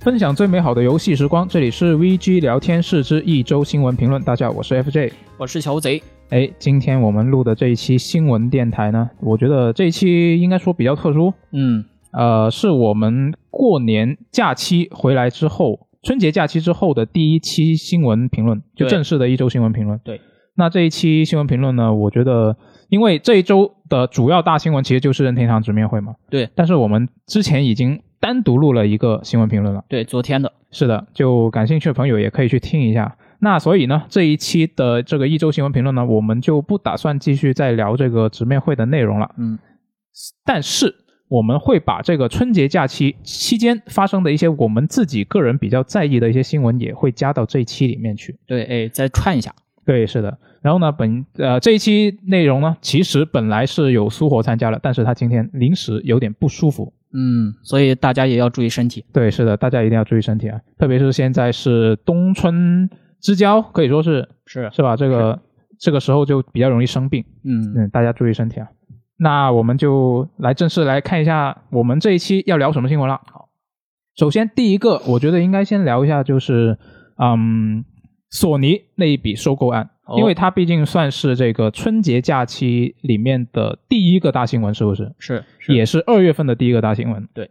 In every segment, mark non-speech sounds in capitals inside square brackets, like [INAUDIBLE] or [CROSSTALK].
分享最美好的游戏时光，这里是 VG 聊天室之一周新闻评论。大家好，我是 FJ。我是小贼，哎，今天我们录的这一期新闻电台呢，我觉得这一期应该说比较特殊，嗯呃，是我们过年假期回来之后，春节假期之后的第一期新闻评论，就对正式的一周新闻评论。对，那这一期新闻评论呢，我觉得，因为这一周的主要大新闻其实就是任天堂直面会嘛。对，但是我们之前已经单独录了一个新闻评论了。对，昨天的，是的，就感兴趣的朋友也可以去听一下。那所以呢，这一期的这个一周新闻评论呢，我们就不打算继续再聊这个直面会的内容了。嗯，但是我们会把这个春节假期期间发生的一些我们自己个人比较在意的一些新闻，也会加到这一期里面去。对，哎，再串一下，对，是的。然后呢，本呃这一期内容呢，其实本来是有苏活参加了，但是他今天临时有点不舒服。嗯，所以大家也要注意身体，对，是的，大家一定要注意身体啊，特别是现在是冬春之交，可以说是是，是吧？这个这个时候就比较容易生病。嗯，嗯，大家注意身体啊。那我们就来正式来看一下我们这一期要聊什么新闻了。好，首先第一个，我觉得应该先聊一下，就是嗯，索尼那一笔收购案，哦因为它毕竟算是这个春节假期里面的第一个大新闻，是不是？是，也是二月份的第一个大新闻。对，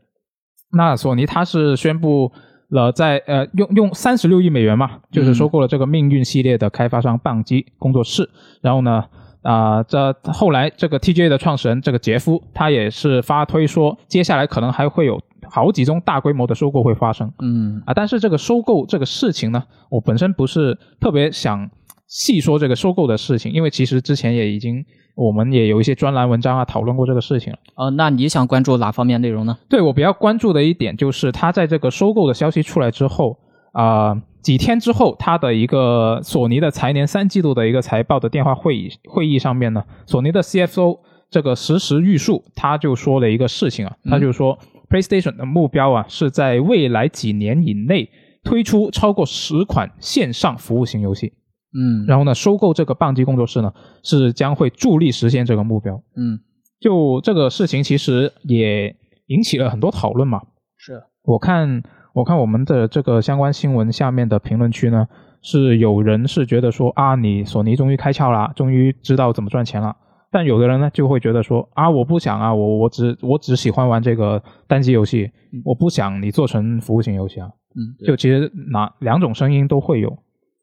那索尼它是宣布了在呃用用三十六亿美元嘛，就是收购了这个命运系列的开发商棒机工作室。然后呢，啊、这后来这个 TGA 的创始人这个杰夫他也是发推说，接下来可能还会有好几宗大规模的收购会发生。嗯，啊，但是这个收购这个事情呢，我本身不是特别想细说这个收购的事情，因为其实之前也已经我们也有一些专栏文章啊讨论过这个事情了。呃，那你想关注哪方面内容呢？对我比较关注的一点就是，它在这个收购的消息出来之后，啊、几天之后，它的一个索尼的财年三季度的一个财报的电话会议会议上面呢，索尼的 CFO 这个实时玉树他就说了一个事情啊，他就说、PlayStation 的目标啊是在未来几年以内推出超过十款线上服务型游戏，嗯，然后呢，收购这个棒机工作室呢是将会助力实现这个目标。嗯，就这个事情，其实也引起了很多讨论嘛。是，我看，我看我们的这个相关新闻下面的评论区呢，是有人是觉得说啊，你索尼终于开窍了，终于知道怎么赚钱了。但有的人呢，就会觉得说啊，我不想啊，我我只我只喜欢玩这个单机游戏，我不想你做成服务型游戏啊。嗯，对就其实哪两种声音都会有。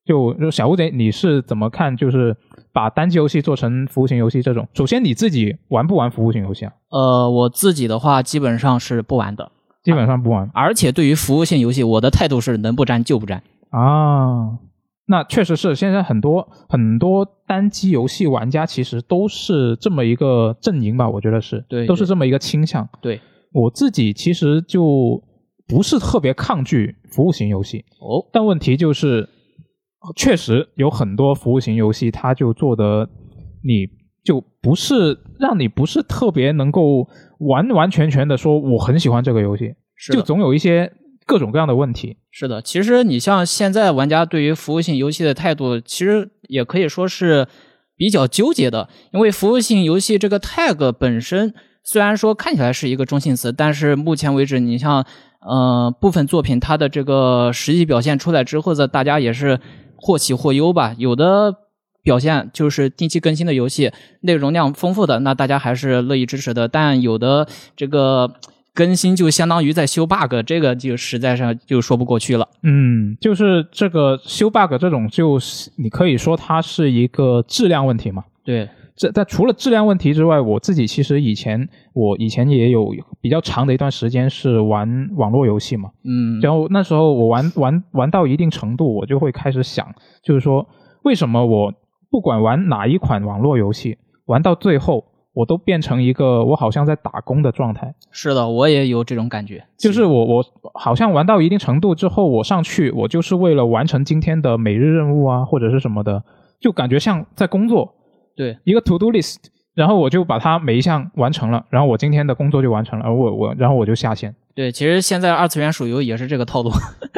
就就小乌贼，你是怎么看？就是把单机游戏做成服务型游戏这种，首先你自己玩不玩服务型游戏啊？呃，我自己的话基本上是不玩的，基本上不玩而且对于服务性游戏，我的态度是能不沾就不沾。啊。那确实是，现在很多很多单机游戏玩家其实都是这么一个阵营吧，我觉得是，对都是这么一个倾向。对，我自己其实就不是特别抗拒服务型游戏，哦，但问题就是，确实有很多服务型游戏，它就做的你就不是让你不是特别能够完完全全的说我很喜欢这个游戏，是就的，总有一些各种各样的问题。是的。其实你像现在玩家对于服务性游戏的态度，其实也可以说是比较纠结的，因为服务性游戏这个 tag 本身虽然说看起来是一个中性词，但是目前为止，你像呃部分作品它的这个实际表现出来之后呢，大家也是或喜或忧吧。有的表现就是定期更新的游戏，内容量丰富的，那大家还是乐意支持的。但有的这个更新就相当于在修 bug，这个就实在上就说不过去了。嗯，就是这个修 bug 这种，就是你可以说它是一个质量问题嘛。对，这但除了质量问题之外，我自己其实以前我以前也有比较长的一段时间是玩网络游戏嘛。嗯，然后那时候我玩玩玩到一定程度，我就会开始想，就是说为什么我不管玩哪一款网络游戏，玩到最后我都变成一个我好像在打工的状态，是的，我也有这种感觉，就是我我好像玩到一定程度之后，我上去我就是为了完成今天的每日任务啊或者是什么的，就感觉像在工作对，一个 to do list，然后我就把它每一项完成了，然后我今天的工作就完成了，而我我然后我就下线。对，其实现在二次元手游也是这个套路。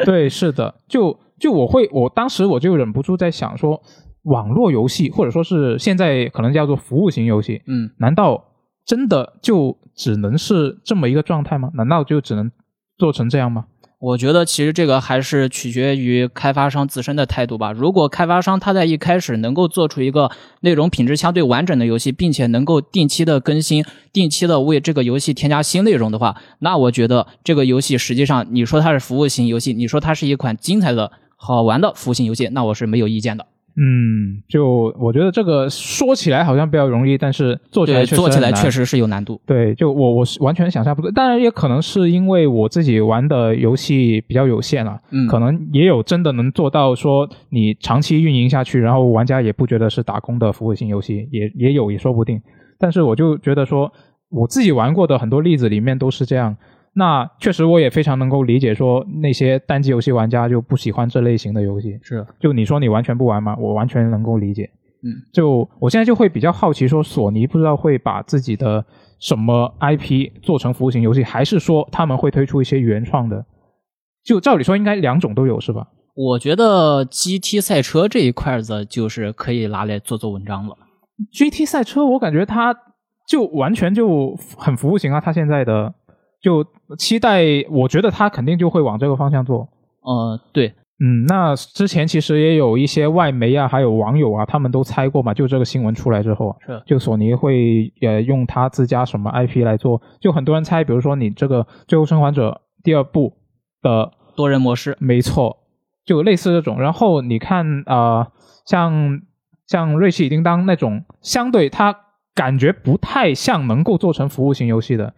对，是的，就就我会，我当时我就忍不住在想说，网络游戏或者说是现在可能叫做服务型游戏，嗯，难道真的就只能是这么一个状态吗？难道就只能做成这样吗？我觉得其实这个还是取决于开发商自身的态度吧。如果开发商他在一开始能够做出一个内容品质相对完整的游戏，并且能够定期的更新、定期的为这个游戏添加新内容的话，那我觉得这个游戏实际上你说它是服务型游戏，你说它是一款精彩的、好玩的服务型游戏，那我是没有意见的。嗯，就我觉得这个说起来好像比较容易，但是做起来对，确实做起很来难确实是有难度。对，就我我是完全想象不到，当然也可能是因为我自己玩的游戏比较有限啊了，嗯可能也有真的能做到说你长期运营下去，然后玩家也不觉得是打工的服务型游戏，也也有也说不定。但是我就觉得说，我自己玩过的很多例子里面都是这样。那确实我也非常能够理解说那些单机游戏玩家就不喜欢这类型的游戏，是，就你说你完全不玩吗？我完全能够理解。嗯，就我现在就会比较好奇，说索尼不知道会把自己的什么 IP 做成服务型游戏，还是说他们会推出一些原创的？就照理说应该两种都有是吧？我觉得 GT 赛车这一块子就是可以拿来做做文章了。 GT 赛车，我感觉它就完全就很服务型啊，它现在的就期待，我觉得它肯定就会往这个方向做。呃，对，嗯，那之前其实也有一些外媒啊，还有网友啊，他们都猜过嘛，就这个新闻出来之后啊，是就索尼会呃用它自家什么 IP 来做，就很多人猜，比如说你这个《最后生还者》第二部的多人模式，没错，就类似这种。然后你看啊、呃像像《瑞奇与叮当》那种，相对它感觉不太像能够做成服务型游戏的，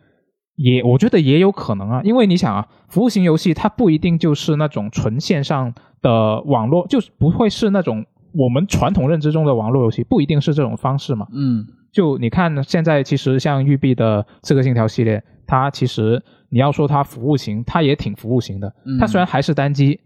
也我觉得也有可能啊，因为你想啊，服务型游戏它不一定就是那种纯线上的网络，就是不会是那种我们传统认知中的网络游戏，不一定是这种方式嘛。嗯，就你看，现在其实像育碧的《刺客信条》系列，它其实你要说它服务型，它也挺服务型的。嗯它虽然还是单机，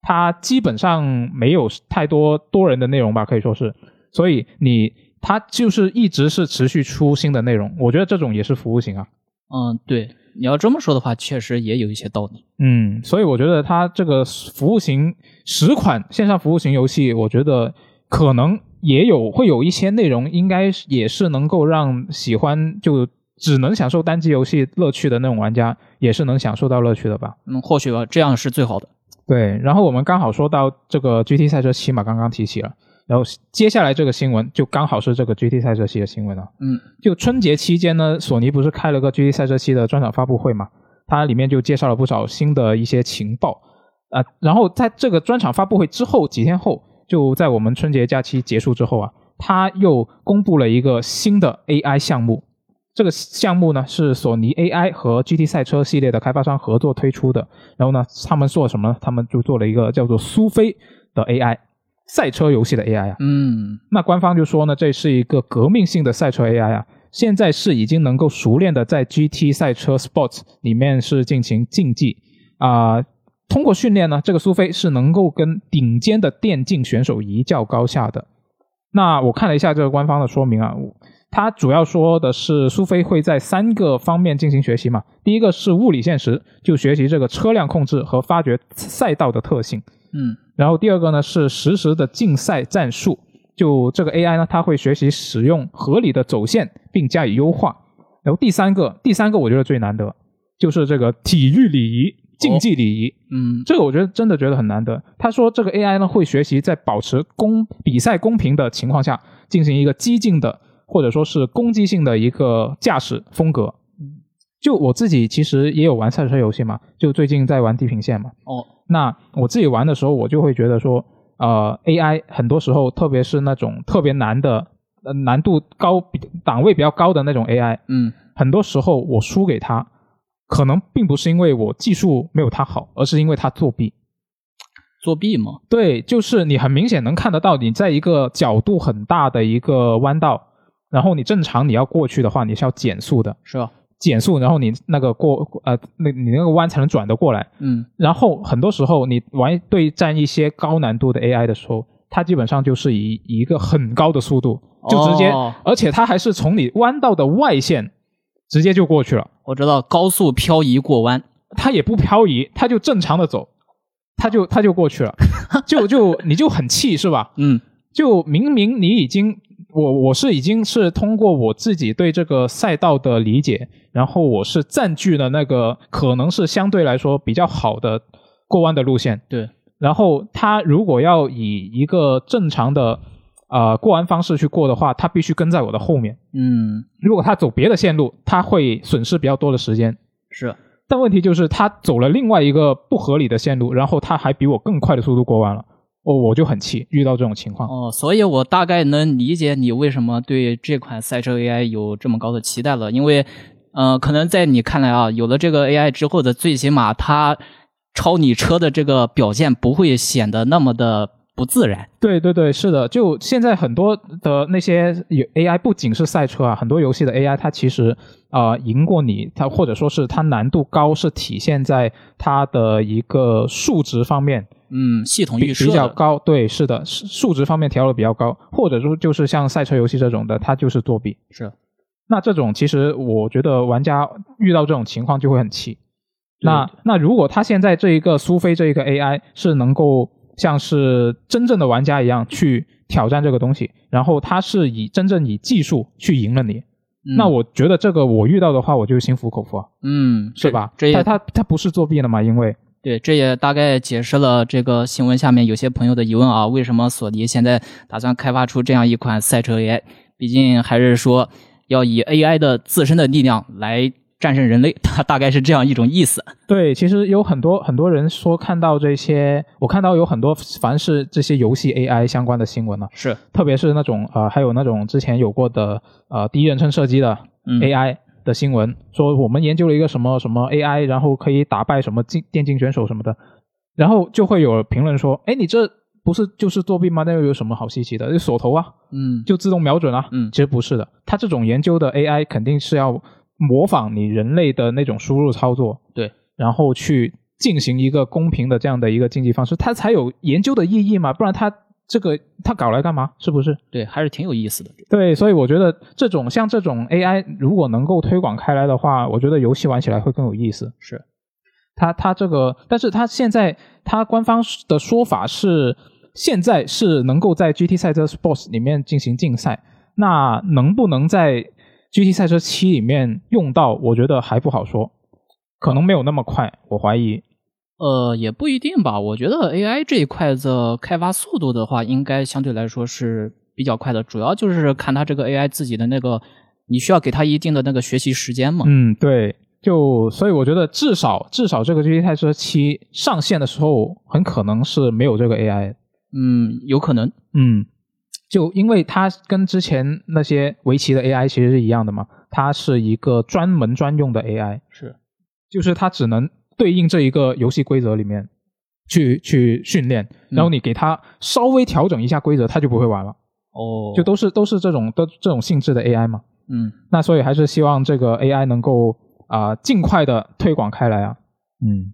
它基本上没有太多多人的内容吧，可以说是。所以你它就是一直是持续出新的内容，我觉得这种也是服务型啊。嗯，对，你要这么说的话，确实也有一些道理。嗯，所以我觉得它这个服务型十款线上服务型游戏，我觉得可能也有会有一些内容，应该是也是能够让喜欢就只能享受单机游戏乐趣的那种玩家，也是能享受到乐趣的吧。嗯，或许吧，这样是最好的。对，然后我们刚好说到这个 GT 赛车七嘛，刚刚提起了，然后接下来这个新闻就刚好是这个 GT 赛车七的新闻了。啊嗯，就春节期间呢，索尼不是开了个 GT 赛车七的专场发布会嘛？它里面就介绍了不少新的一些情报啊、然后在这个专场发布会之后几天后，就在我们春节假期结束之后啊，它又公布了一个新的 AI 项目。这个项目呢是索尼 AI 和 GT 赛车系列的开发商合作推出的。然后呢，他们做什么呢？他们就做了一个叫做苏菲的 AI 赛车游戏的 AI 啊。嗯，那官方就说呢，这是一个革命性的赛车 AI 啊，现在是已经能够熟练的在 GT 赛车 Sports 里面是进行竞技啊、通过训练呢，这个苏菲是能够跟顶尖的电竞选手一较高下的。那我看了一下这个官方的说明啊，我它主要说的是苏菲会在三个方面进行学习嘛。第一个是物理现实，就学习这个车辆控制和发掘赛道的特性。嗯，然后第二个呢是实时的竞赛战术，就这个 AI 呢，它会学习使用合理的走线并加以优化。然后第三个，第三个我觉得最难得就是这个体育礼仪、竞技礼仪，嗯，这个我觉得真的觉得很难得。他说这个 AI 呢会学习在保持公比赛公平的情况下进行一个激进的或者说是攻击性的一个驾驶风格。就我自己其实也有玩赛车游戏嘛，就最近在玩《地平线》嘛，哦，那我自己玩的时候，我就会觉得说，呃，AI 很多时候，特别是那种特别难的、呃难度高、比档位比较高的那种 AI，嗯，很多时候我输给他，可能并不是因为我技术没有他好，而是因为他作弊。作弊嘛，对，就是你很明显能看得到，你在一个角度很大的一个弯道，然后你正常你要过去的话，你是要减速的，是吧？减速，然后你那个过呃，那你那个弯才能转得过来。嗯，然后很多时候你玩对战一些高难度的 AI 的时候，它基本上就是以以一个很高的速度就直接，哦而且它还是从你弯道的外线直接就过去了，我知道高速漂移过弯。它也不漂移，它就正常的走，它就它就过去了，就就你就很气是吧？嗯，就明明你已经，我我是已经是通过我自己对这个赛道的理解，然后我是占据了那个可能是相对来说比较好的过弯的路线。对，然后它如果要以一个正常的呃过弯方式去过的话，它必须跟在我的后面。嗯，如果它走别的线路，它会损失比较多的时间。是，但问题就是它走了另外一个不合理的线路，然后它还比我更快的速度过弯了，哦，我就很气。遇到这种情况，哦，所以我大概能理解你为什么对这款赛车 AI 有这么高的期待了，因为，呃，可能在你看来啊，有了这个 AI 之后的，最起码它超你车的这个表现不会显得那么的不自然。对对对，是的，就现在很多的那些有 AI，不仅是赛车啊，很多游戏的 AI，它其实呃赢过你，它或者说是它难度高，是体现在它的一个数值方面嗯，系统比预设比的较高。对，是的，数数值方面调的比较高，或者说就是像赛车游戏这种的，它就是作弊。是，那这种其实我觉得玩家遇到这种情况就会很气。那那如果他现在这一个苏菲这一个 AI 是能够像是真正的玩家一样去挑战这个东西，然后他是以真正以技术去赢了你，嗯那我觉得这个我遇到的话，我就心服口服啊，嗯是吧？这他也他他不是作弊了嘛？因为对，这也大概解释了这个新闻下面有些朋友的疑问啊，为什么索尼现在打算开发出这样一款赛车 AI？毕竟还是说要以 AI 的自身的力量来战胜人类，它大概是这样一种意思。对，其实有很多很多人说看到这些，我看到有很多凡是这些游戏 AI 相关的新闻呢、啊是，特别是那种呃，还有那种之前有过的呃第一人称射击的嗯 AI 的新闻，说我们研究了一个什么什么 AI，然后可以打败什么竞电竞选手什么的，然后就会有评论说，哎，你这不是就是作弊吗？那又有什么好稀奇的？就锁头啊，嗯，就自动瞄准啊。嗯其实不是的，它这种研究的 AI 肯定是要模仿你人类的那种输入操作，对，然后去进行一个公平的这样的一个竞技方式，它才有研究的意义嘛，不然它。这个它搞来干嘛？是不是？对，还是挺有意思的。对，所以我觉得这种像这种 AI 如果能够推广开来的话，我觉得游戏玩起来会更有意思。是，它它这个，但是它现在它官方的说法是，现在是能够在 GT 赛车 Sports 里面进行竞赛，那能不能在 GT 赛车七里面用到，我觉得还不好说，可能没有那么快，我怀疑。呃，也不一定吧。我觉得 AI 这一块的开发速度的话，应该相对来说是比较快的，主要就是看它这个 AI 自己的那个，你需要给它一定的那个学习时间嘛。嗯，对，就所以我觉得至少至少这个 GT 赛车七上线的时候，很可能是没有这个 AI 的。嗯，有可能。嗯，就因为它跟之前那些围棋的 AI 其实是一样的嘛，它是一个专门专用的 AI，是，就是它只能对应这一个游戏规则里面去去训练，嗯然后你给它稍微调整一下规则，它就不会玩了，哦，就都是都是这种都这种性质的 AI 嘛。嗯，那所以还是希望这个 AI 能够啊、尽快的推广开来啊。嗯，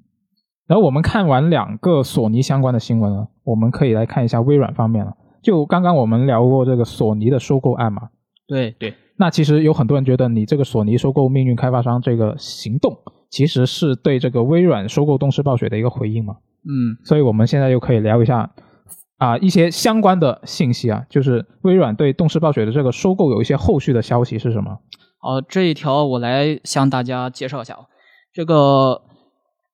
然后我们看完两个索尼相关的新闻了，我们可以来看一下微软方面了。就刚刚我们聊过这个索尼的收购案嘛，对对，那其实有很多人觉得你这个索尼收购命运开发商这个行动，其实是对这个微软收购动视暴雪的一个回应嘛。嗯所以我们现在又可以聊一下啊、一些相关的信息啊，就是微软对动视暴雪的这个收购有一些后续的消息是什么？好，这一条我来向大家介绍一下啊。这个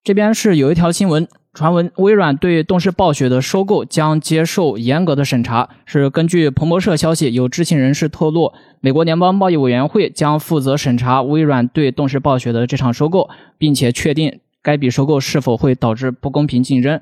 这边是有一条新闻，传闻微软对动视暴雪的收购将接受严格的审查。是根据彭博社消息，有知情人士透露，美国联邦贸易委员会将负责审查微软对动视暴雪的这场收购，并且确定该笔收购是否会导致不公平竞争。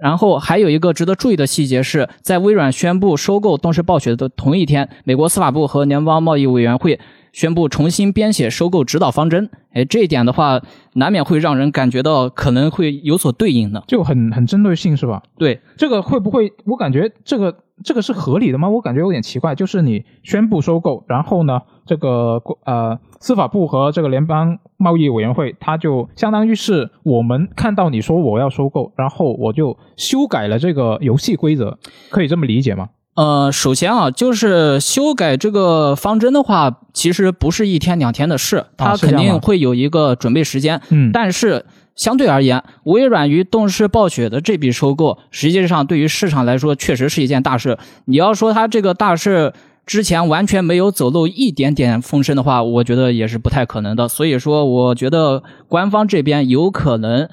然后还有一个值得注意的细节是，在微软宣布收购动视暴雪的同一天，美国司法部和联邦贸易委员会宣布重新编写收购指导方针。哎，这一点的话，难免会让人感觉到可能会有所对应的。就很很针对性是吧？对，这个会不会？我感觉这个这个是合理的吗？我感觉有点奇怪。就是你宣布收购，然后呢，这个呃司法部和这个联邦贸易委员会，它就相当于是我们看到你说我要收购，然后我就修改了这个游戏规则，可以这么理解吗？呃，首先啊，就是修改这个方针的话，其实不是一天两天的事，它啊是这肯样吗定会有一个准备时间。嗯但是相对而言，微软与动视暴雪的这笔收购，实际上对于市场来说确实是一件大事。你要说它这个大事之前完全没有走漏一点点风声的话，我觉得也是不太可能的。所以说，我觉得官方这边有可能。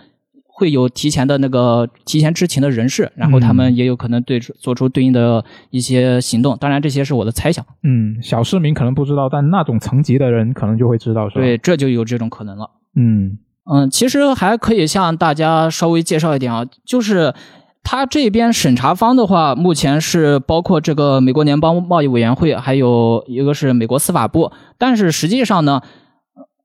会有提前的那个提前知情的人士，然后他们也有可能对做出对应的一些行动。当然，这些是我的猜想。嗯，小市民可能不知道，但那种层级的人可能就会知道，是吧？对，，这就有这种可能了。嗯嗯，其实还可以向大家稍微介绍一点啊，就是他这边审查方的话，目前是包括这个美国联邦贸易委员会，还有一个是美国司法部，但是实际上呢。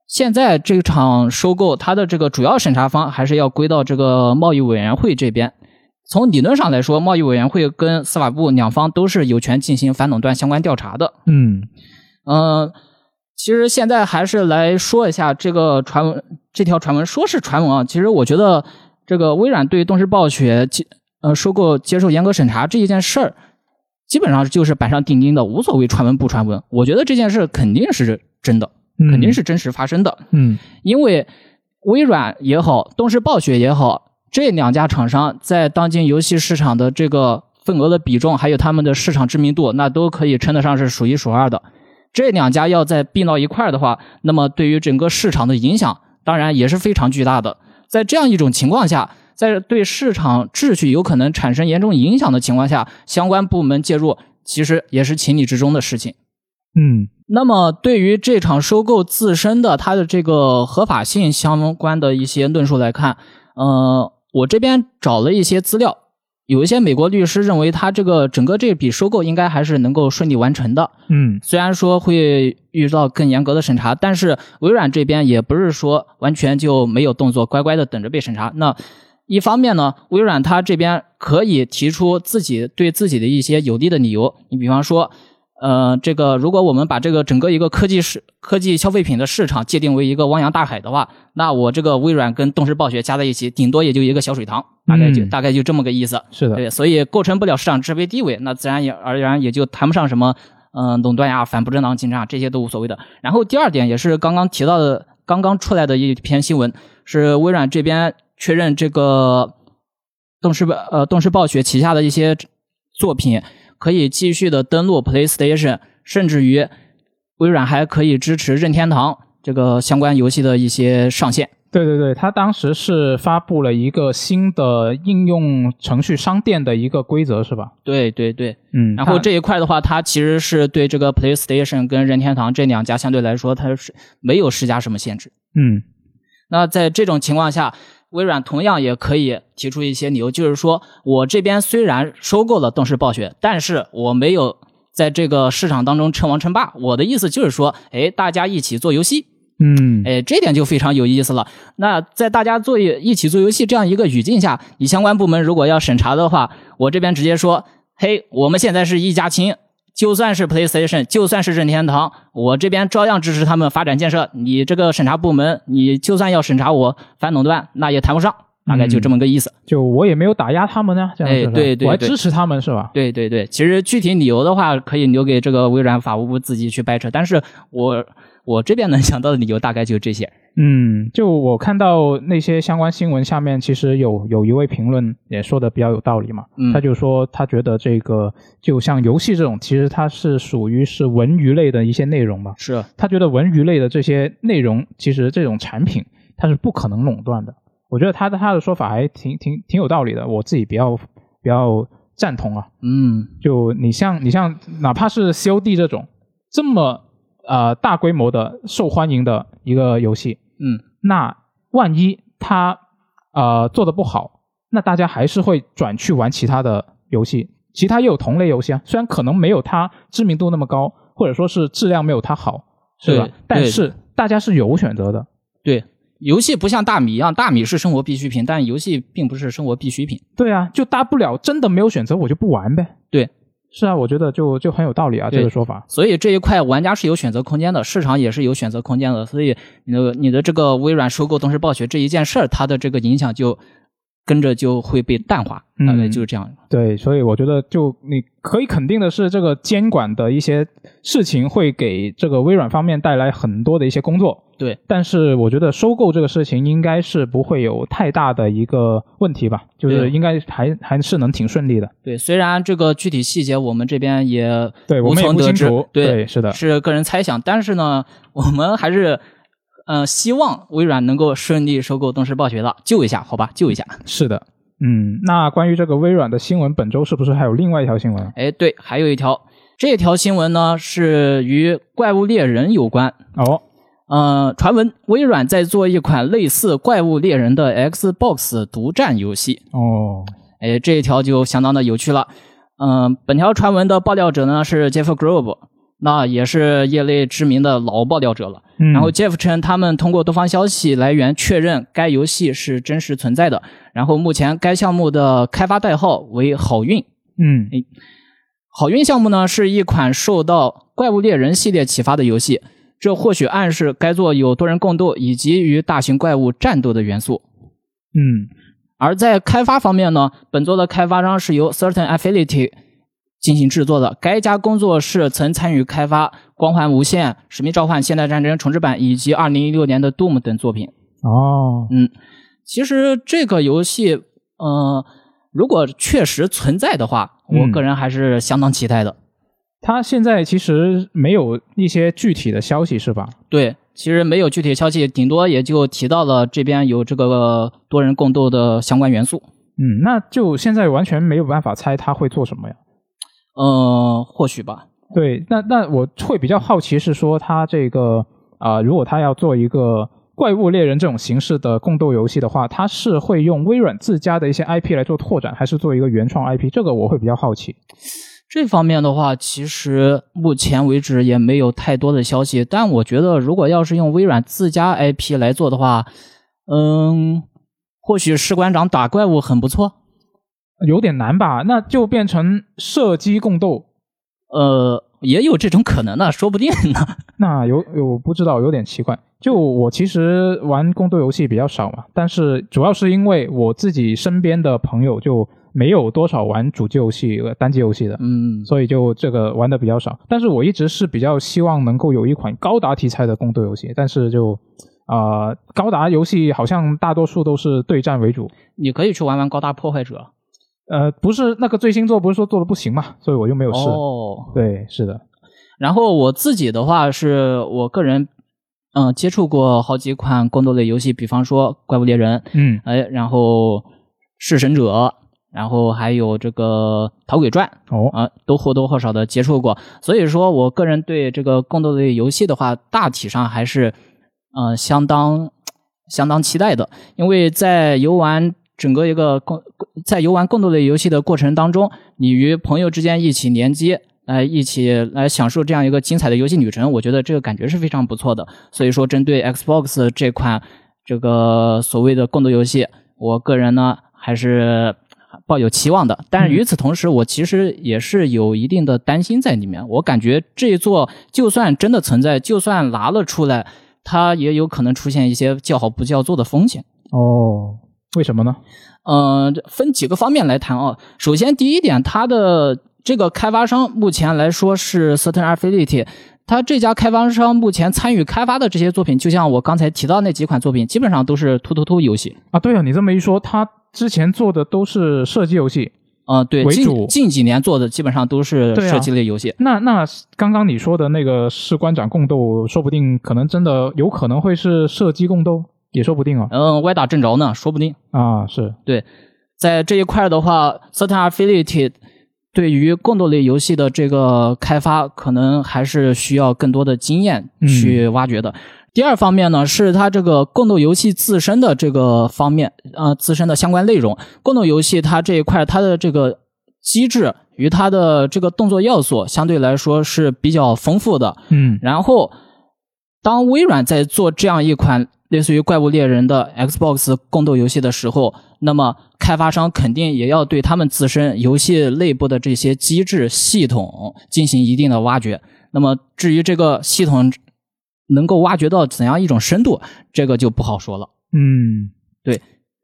现在这场收购，它的这个主要审查方还是要归到这个贸易委员会这边。从理论上来说，贸易委员会跟司法部两方都是有权进行反垄断相关调查的。嗯嗯，其实现在还是来说一下这个传闻，这条传闻说是传闻啊，其实我觉得这个微软对动视暴雪接呃收购接受严格审查这一件事儿，基本上就是板上钉钉的，无所谓传闻不传闻。我觉得这件事肯定是真的，嗯，肯定是真实发生的，嗯因为微软也好，动视暴雪也好，这两家厂商在当今游戏市场的这个份额的比重，还有他们的市场知名度，那都可以称得上是数一数二的。这两家要在并到一块儿的话，那么对于整个市场的影响，当然也是非常巨大的。在这样一种情况下，在对市场秩序有可能产生严重影响的情况下，相关部门介入其实也是情理之中的事情。嗯那么，对于这场收购自身的它的这个合法性相关的一些论述来看，呃，我这边找了一些资料，有一些美国律师认为，它这个整个这笔收购应该还是能够顺利完成的。嗯虽然说会遇到更严格的审查，但是微软这边也不是说完全就没有动作，乖乖的等着被审查。那一方面呢，微软它这边可以提出自己对自己的一些有利的理由，你比方说，呃，这个如果我们把这个整个一个科技市科技消费品的市场界定为一个汪洋大海的话，那我这个微软跟动视暴雪加在一起，顶多也就一个小水塘，大概就、嗯大概就这么个意思。是的，对，所以构成不了市场支配地位，那自然也而然也就谈不上什么嗯、呃垄断呀、反不正当竞争啊，这些都无所谓的。然后第二点也是刚刚提到的，刚刚出来的一篇新闻是微软这边确认这个动视暴呃动视暴雪旗下的一些作品可以继续的登录 PlayStation，甚至于微软还可以支持任天堂这个相关游戏的一些上线。对对对，他当时是发布了一个新的应用程序商店的一个规则，是吧？对对对，嗯，然后它这一块的话，它其实是对这个 PlayStation 跟任天堂这两家相对来说，它是没有施加什么限制。嗯那在这种情况下，微软同样也可以提出一些理由，就是说我这边虽然收购了动视暴雪，但是我没有在这个市场当中称王称霸。我的意思就是说，哎，大家一起做游戏，嗯哎，这点就非常有意思了。那在大家做一一起做游戏这样一个语境下，你相关部门如果要审查的话，我这边直接说，嘿，我们现在是一家亲，就算是 PlayStation，就算是任天堂，我这边照样支持他们发展建设。你这个审查部门，你就算要审查我反垄断，那也谈不上，大概就这么个意思。就我也没有打压他们呢，这样哎子是吧对对我还对支持他们是吧？对对对，其实具体理由的话，可以留给这个微软法务部自己去掰扯，但是我我这边能想到的理由大概就这些。嗯，就我看到那些相关新闻下面，其实有有一位评论也说的比较有道理嘛，嗯他就说他觉得这个就像游戏这种，其实它是属于是文娱类的一些内容嘛，是，他觉得文娱类的这些内容，其实这种产品它是不可能垄断的。我觉得他的他的说法还挺挺挺有道理的，我自己比较比较赞同啊。嗯。就你像你像哪怕是 COD 这种这么呃大规模的受欢迎的一个游戏，嗯，那万一它呃做的不好，那大家还是会转去玩其他的游戏，其他也有同类游戏啊，虽然可能没有它知名度那么高，或者说是质量没有它好，是吧对？但对是大家是有选择的，对，游戏不像大米一样，大米是生活必需品，但游戏并不是生活必需品。对啊，就大不了真的没有选择，我就不玩呗。对，是啊，我觉得就就很有道理啊，对这个说法。所以这一块玩家是有选择空间的，市场也是有选择空间的。所以你的你的这个微软收购动视暴雪这一件事儿，它的这个影响就跟着就会被淡化，嗯大概就是这样。对，所以我觉得就你可以肯定的是，这个监管的一些事情会给这个微软方面带来很多的一些工作。对，但是我觉得收购这个事情应该是不会有太大的一个问题吧，就是对应该还还是能挺顺利的。对，虽然这个具体细节我们这边也对，我无们也从不得清知楚，。对，是的，是个人猜想，但是呢，我们还是呃，希望微软能够顺利收购动视暴雪的，救一下，好吧，救一下。是的，嗯，那关于这个微软的新闻，本周是不是还有另外一条新闻？哎，对，还有一条，这条新闻呢是与《怪物猎人》有关。哦，呃，传闻微软在做一款类似《怪物猎人》的 Xbox 独占游戏。哦，哎，这一条就相当的有趣了。嗯、本条传闻的爆料者呢是 Jeff Grubb，那也是业内知名的老爆料者了。嗯，然后 Jeff 称，他们通过多方消息来源确认该游戏是真实存在的。然后目前该项目的开发代号为好运。嗯好运项目呢是一款受到《怪物猎人》系列启发的游戏，这或许暗示该作有多人共斗以及与大型怪物战斗的元素。嗯而在开发方面呢，本作的开发商是由 Certain Affinity 进行制作的。该家工作室曾参与开发《光环无限》《使命召唤：现代战争重置版》以及2016年的《Doom》等作品。哦，其实这个游戏，呃，如果确实存在的话，嗯我个人还是相当期待的。它现在其实没有一些具体的消息是吧？对，其实没有具体消息，顶多也就提到了这边有这个多人共斗的相关元素。嗯，那就现在完全没有办法猜它会做什么呀。呃，或许吧。对，那那我会比较好奇是说它这个啊、如果它要做一个啊怪物猎人这种形式的共斗游戏的话，它是会用微软自家的一些 IP 来做拓展，还是做一个原创 IP？这个我会比较好奇。这方面的话，其实目前为止也没有太多的消息。但我觉得，如果要是用微软自家 IP 来做的话，嗯，或许士官长打怪物很不错。有点难吧？那就变成射击共斗，呃，也有这种可能呢，说不定呢。那有有不知道，有点奇怪。就我其实玩共斗游戏比较少嘛，但是主要是因为我自己身边的朋友就没有多少玩主机游戏、呃单机游戏的，嗯，所以就这个玩的比较少。但是我一直是比较希望能够有一款高达题材的共斗游戏，但是就啊、呃高达游戏好像大多数都是对战为主。你可以去玩玩《高达破坏者呃，不是那个最新作不是说做的不行嘛，所以我就没有》试。哦。对，是的，然后我自己的话是我个人，嗯、接触过好几款宫斗类游戏，比方说《怪物猎人》，嗯哎，然后《弑神者》，然后还有这个《逃鬼传》哦，啊、都或多或少的接触过。所以说我个人对这个宫斗类游戏的话，大体上还是呃相当相当期待的，因为在游玩。整个一个共在游玩共斗类游戏的过程当中，你与朋友之间一起联机，来一起来享受这样一个精彩的游戏旅程，我觉得这个感觉是非常不错的。所以说，针对 Xbox 这款这个所谓的共斗游戏，我个人呢还是抱有期望的。但是与此同时，我其实也是有一定的担心在里面。我感觉这一座就算真的存在，就算拿了出来，它也有可能出现一些叫好不叫座的风险。哦，为什么呢？呃，分几个方面来谈啊。首先，第一点，它的这个开发商目前来说是 Certain Affinity。它这家开发商目前参与开发的这些作品，就像我刚才提到那几款作品，基本上都是突突突游戏。啊，对啊，你这么一说，他之前做的都是射击游戏。呃，对，为主近近几年做的基本上都是对啊射击类游戏。那那刚刚你说的那个士官长共斗，说不定可能真的有可能会是射击共斗，也说不定啊。嗯，歪打正着呢，说不定。啊，是，在这一块的话，Certain Affiliate 对于共斗类游戏的这个开发，可能还是需要更多的经验嗯去挖掘的。第二方面呢，是它这个共斗游戏自身的这个方面，呃，自身的相关内容。共斗游戏它这一块，它的这个机制与它的这个动作要素，相对来说是比较丰富的。嗯然后，当微软在做这样一款类似于《怪物猎人》的 Xbox 共斗游戏的时候，那么开发商肯定也要对他们自身游戏内部的这些机制系统进行一定的挖掘。那么，至于这个系统能够挖掘到怎样一种深度，这个就不好说了。嗯，对。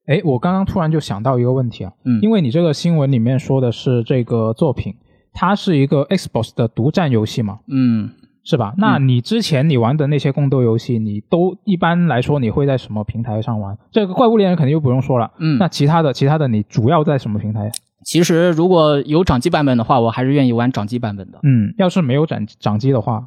哎，我刚刚突然就想到一个问题啊，嗯因为你这个新闻里面说的是这个作品，它是一个 Xbox 的独占游戏嘛，嗯，是吧？那你之前你玩的那些共斗游戏，你都一般来说你会在什么平台上玩？这个怪物猎人肯定就不用说了，嗯那其他的其他的你主要在什么平台？其实如果有掌机版本的话，我还是愿意玩掌机版本的。嗯，要是没有掌掌机的话，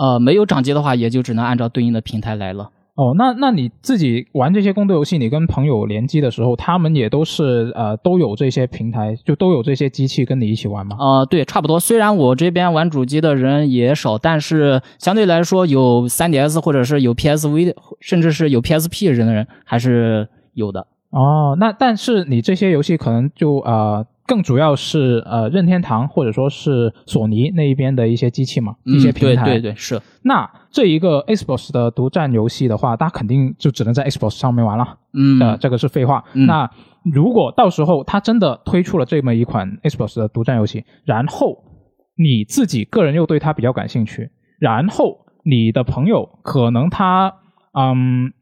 呃，没有掌机的话，也就只能按照对应的平台来了。哦，那那你自己玩这些宫斗游戏，你跟朋友联机的时候，他们也都是呃都有这些平台，就都有这些机器跟你一起玩吗？呃，对，差不多。虽然我这边玩主机的人也少，但是相对来说，有 3DS 或者是有 PSV，的甚至是有 PSP 人的人还是有的。哦，那但是你这些游戏可能就呃更主要是呃任天堂或者说是索尼那一边的一些机器嘛，一些平台。嗯、对对对，是。那这一个 Xbox 的独占游戏的话，它肯定就只能在 Xbox 上面玩了。嗯，呃，这个是废话。嗯那如果到时候它真的推出了这么一款 Xbox 的独占游戏，然后你自己个人又对它比较感兴趣，然后你的朋友可能他嗯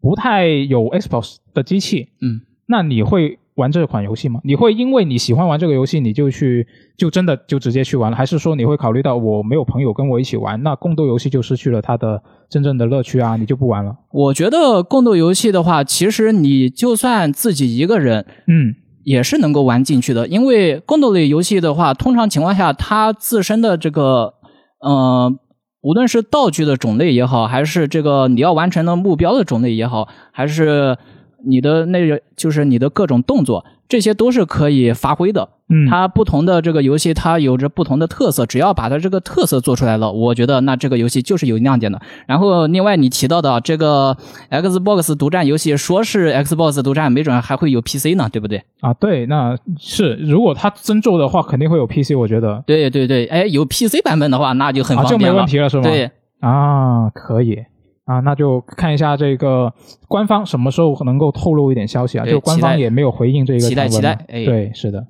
不太有 Xbox 的机器，嗯，那你会玩这款游戏吗？你会因为你喜欢玩这个游戏，你就去就真的就直接去玩了，还是说你会考虑到我没有朋友跟我一起玩，那共斗游戏就失去了它的真正的乐趣啊，你就不玩了？我觉得共斗游戏的话，其实你就算自己一个人，嗯，也是能够玩进去的，因为宫斗类游戏的话，通常情况下，它自身的这个，呃，无论是道具的种类也好，还是这个你要完成的目标的种类也好，还是你的那个就是你的各种动作，这些都是可以发挥的。嗯，它不同的这个游戏，它有着不同的特色，只要把它这个特色做出来了，我觉得那这个游戏就是有亮点的。然后另外你提到的这个 Xbox 独占游戏，说是 Xbox 独占，没准还会有 PC 呢，对不对？啊，对，那是如果他真做的话，肯定会有 PC，我觉得对对对，哎，有 PC 版本的话，那就很啊，方就便了。没问题了，是吗？对，啊，可以啊，那就看一下这个官方什么时候能够透露一点消息啊？对就官期方待也没有回应这个期待传闻期待嘛哎对，是的。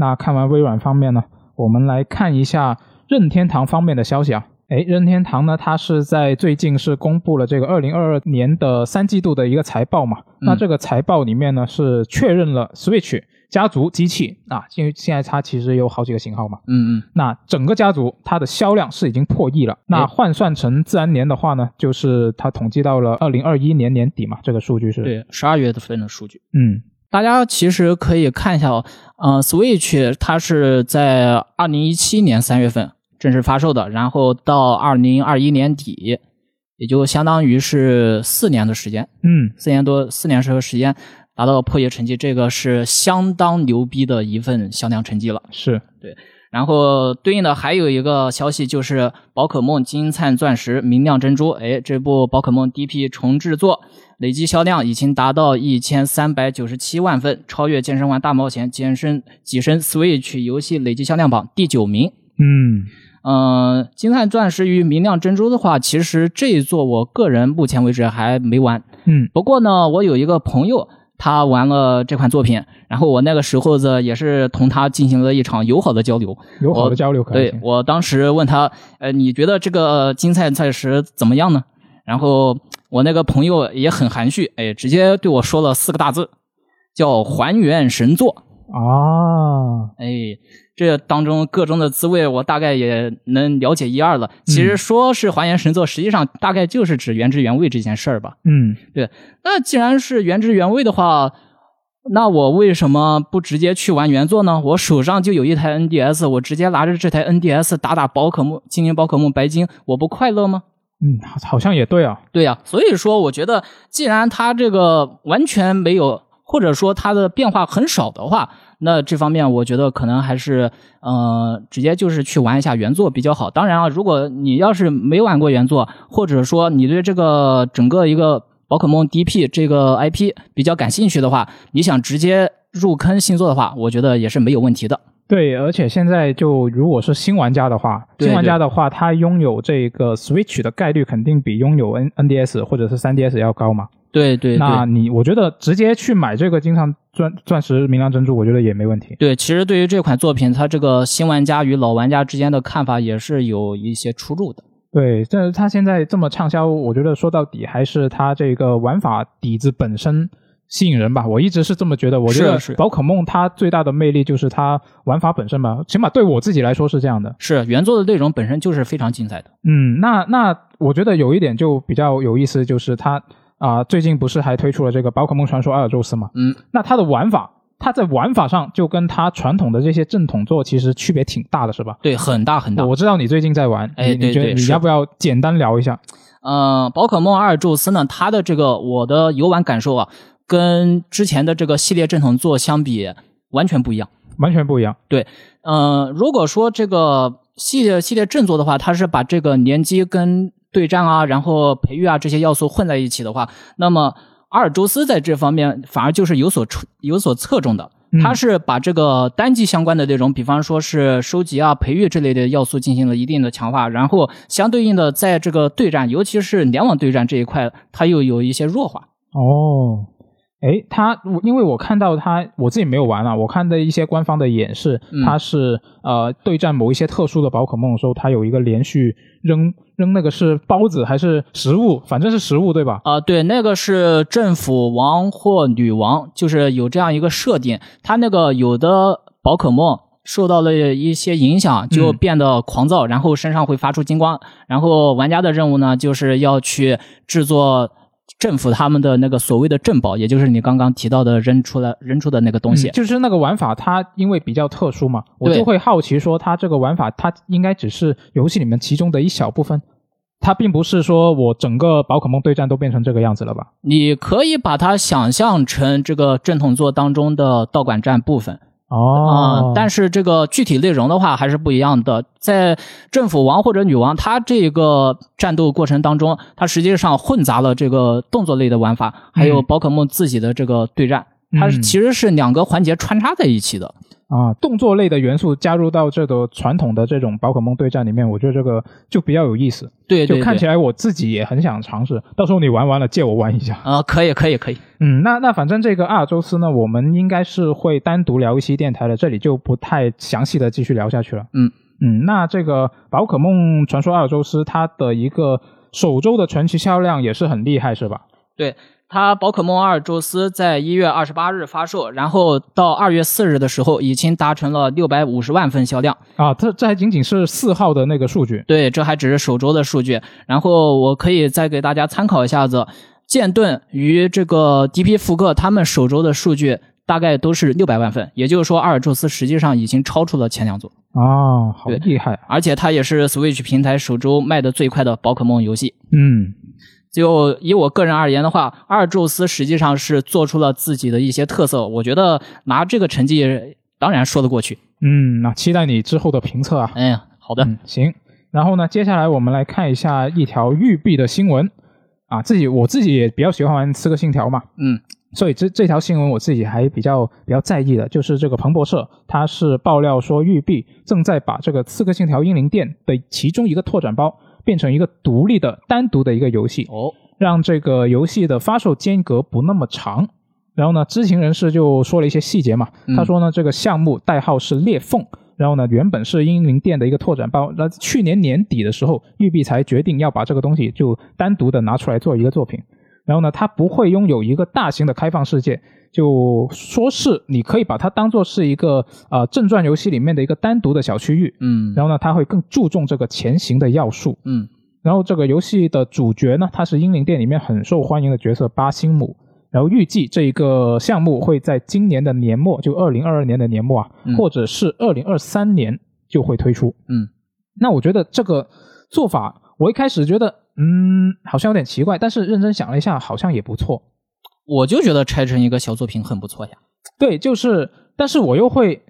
那看完微软方面呢，我们来看一下任天堂方面的消息啊。哎，任天堂呢，它是在最近是公布了这个二零二二年的三季度的一个财报嘛。嗯那这个财报里面呢，是确认了 Switch 家族机器啊，因为现在它其实有好几个型号嘛。嗯嗯，那整个家族它的销量是已经破亿了。那换算成自然年的话呢，就是它统计到了二零二一年年底嘛，这个数据是，对，十二月份的数据，嗯大家其实可以看一下哦。呃，Switch 它是在二零一七年三月份正式发售的，然后到二零二一年底，也就相当于是四年的时间，嗯，四年多四年时候时间达到破亿成绩，这个是相当牛逼的一份销量成绩了。是然后对应的还有一个消息就是《宝可梦金灿钻石明亮珍珠》，哎，这部宝可梦 DP 重制作，累计销量已经达到一千三百九十七万份，超越《健身环大冒险》健身跻身 Switch 游戏累计销量榜第九名。嗯嗯、金灿钻石与明亮珍珠的话，其实这一座我个人目前为止还没玩，嗯不过呢，我有一个朋友，他玩了这款作品，然后我那个时候子也是同他进行了一场友好的交流。有好的交流可以哦对。我当时问他，呃，你觉得这个金菜菜石怎么样呢？然后我那个朋友也很含蓄，哎，直接对我说了四个大字，叫还原神作。啊，哎，这当中各种的滋味，我大概也能了解一二了。其实说是还原神作，实际上大概就是指原汁原味这件事儿吧。嗯那既然是原汁原味的话，那我为什么不直接去玩原作呢？我手上就有一台 NDS，我直接拿着这台 NDS 打打宝可梦、精灵宝可梦白金，我不快乐吗？嗯，好好像也对啊，对呀、所以说我觉得，既然它这个完全没有，或者说它的变化很少的话，那这方面我觉得可能还是呃，直接就是去玩一下原作比较好。当然啊，如果你要是没玩过原作，或者说你对这个整个一个宝可梦 DP 这个 IP 比较感兴趣的话，你想直接入坑新作的话，我觉得也是没有问题的。对，而且现在就如果是新玩家的话，对新玩家的话，他拥有这个 Switch 的概率肯定比拥有 N NDS 或者是 3DS 要高嘛。对对对。那你我觉得直接去买这个金上钻钻石明亮珍珠，我觉得也没问题。对，其实对于这款作品，它这个新玩家与老玩家之间的看法也是有一些出入的。对，这他现在这么畅销，我觉得说到底还是他这个玩法底子本身吸引人吧。我一直是这么觉得，我觉得是是啊宝可梦它最大的魅力就是它玩法本身吧，起码对我自己来说是这样的。是原作的内容本身就是非常精彩的。嗯，那那我觉得有一点就比较有意思，就是它啊、最近不是还推出了这个宝可梦传说阿尔宙斯嘛？嗯，那它的玩法，它在玩法上就跟它传统的这些正统作其实区别挺大的，是吧？对，很大很大。我知道你最近在玩，哎你对你觉得对你是要不要简单聊一下？呃，宝可梦阿尔宙斯呢，它的这个我的游玩感受啊，跟之前的这个系列正统作相比完全不一样。完全不一样。呃，如果说这个系列系列正作的话，它是把这个联机跟对战啊，然后培育啊这些要素混在一起的话，那么阿尔宙斯在这方面反而就是有所侧有所侧重的。嗯它是把这个单机相关的这种，比方说是收集啊、培育之类的要素进行了一定的强化，然后相对应的在这个对战，尤其是联网对战这一块，它又有一些弱化。哦，哎，它我因为我看到它，我自己没有玩啊，我看的一些官方的演示，嗯它是呃对战某一些特殊的宝可梦的时候，它有一个连续扔扔那个是包子还是食物，反正是食物对吧？啊、对，那个是政府王或女王，就是有这样一个设定。它那个有的宝可梦受到了一些影响，就变得狂躁，然后身上会发出金光。然后玩家的任务呢，就是要去制作政府他们的那个所谓的镇宝，也就是你刚刚提到的扔出来扔出的那个东西。嗯就是那个玩法，它因为比较特殊嘛，我对就会好奇说，它这个玩法，它应该只是游戏里面其中的一小部分，它并不是说我整个宝可梦对战都变成这个样子了吧？你可以把它想象成这个正统作当中的道馆站部分。啊、哦，但是是这个具体内容的话还是不一样的。在政府王或者女王，她这个战斗过程当中，它实际上混杂了这个动作类的玩法，还有嗯宝可梦自己的这个对战，它是嗯其实是两个环节穿插在一起的。啊，动作类的元素加入到这个传统的这种宝可梦对战里面，我觉得这个就比较有意思，对对就看起来来我自己也很想尝试，到时候你玩完了借我玩一 [LAUGHS] 下。啊、可以可以可以，嗯，那那反正这个阿尔宙斯呢，我们应该是会单独聊一期电台的，这里就不太详细的继续聊下去了。嗯嗯，那这个宝可梦传说阿尔宙斯它的一个首周的传奇销量也是很厉害，是吧？它宝可梦阿尔宙斯在一月二十八日发售，然后到二月四日的时候已经达成了六百五十万份销量。啊，这这还仅仅是四号的那个数据。对，这还只是首周的数据。然后我可以再给大家参考一下子，剑盾与这个 DP 福克他们首周的数据大概都是六百万份，也就是说阿尔宙斯实际上已经超出了前两座，啊，好对厉害啊！而且它也是 Switch 平台首周卖的最快的宝可梦游戏。嗯就以我个人而言的话，阿尔宙斯实际上是做出了自己的一些特色，我觉得拿这个成绩当然说得过去。嗯，那期待你之后的评测啊。嗯，好的，嗯，行。然后呢，接下来我们来看一下一条育碧的新闻啊，自己我自己也比较喜欢玩《刺客信条》嘛，嗯所以这这条新闻我自己还比较比较在意的，就是这个彭博社，它是爆料说育碧正在把这个《刺客信条：英灵殿》的其中一个拓展包变成一个独立的、单独的一个游戏，哦，让这个游戏的发售间隔不那么长。然后呢，知情人士就说了一些细节嘛，嗯他说呢，这个项目代号是裂缝。然后呢，原本是英灵殿的一个拓展包，那去年年底的时候，育碧才决定要把这个东西就单独的拿出来做一个作品。然后呢，它不会拥有一个大型的开放世界，就说是你可以把它当做是一个呃正传游戏里面的一个单独的小区域。嗯然后呢，它会更注重这个前行的要素。嗯然后这个游戏的主角呢，他是英灵殿里面很受欢迎的角色巴辛姆。然后预计这一个项目会在今年的年末，就二零二二年的年末啊，嗯或者是二零二三年就会推出。嗯，那我觉得这个做法，我一开始觉得嗯好像有点奇怪，但是认真想了一下，好像也不错。我就觉得拆成一个小作品很不错呀。对，就是，但是我又会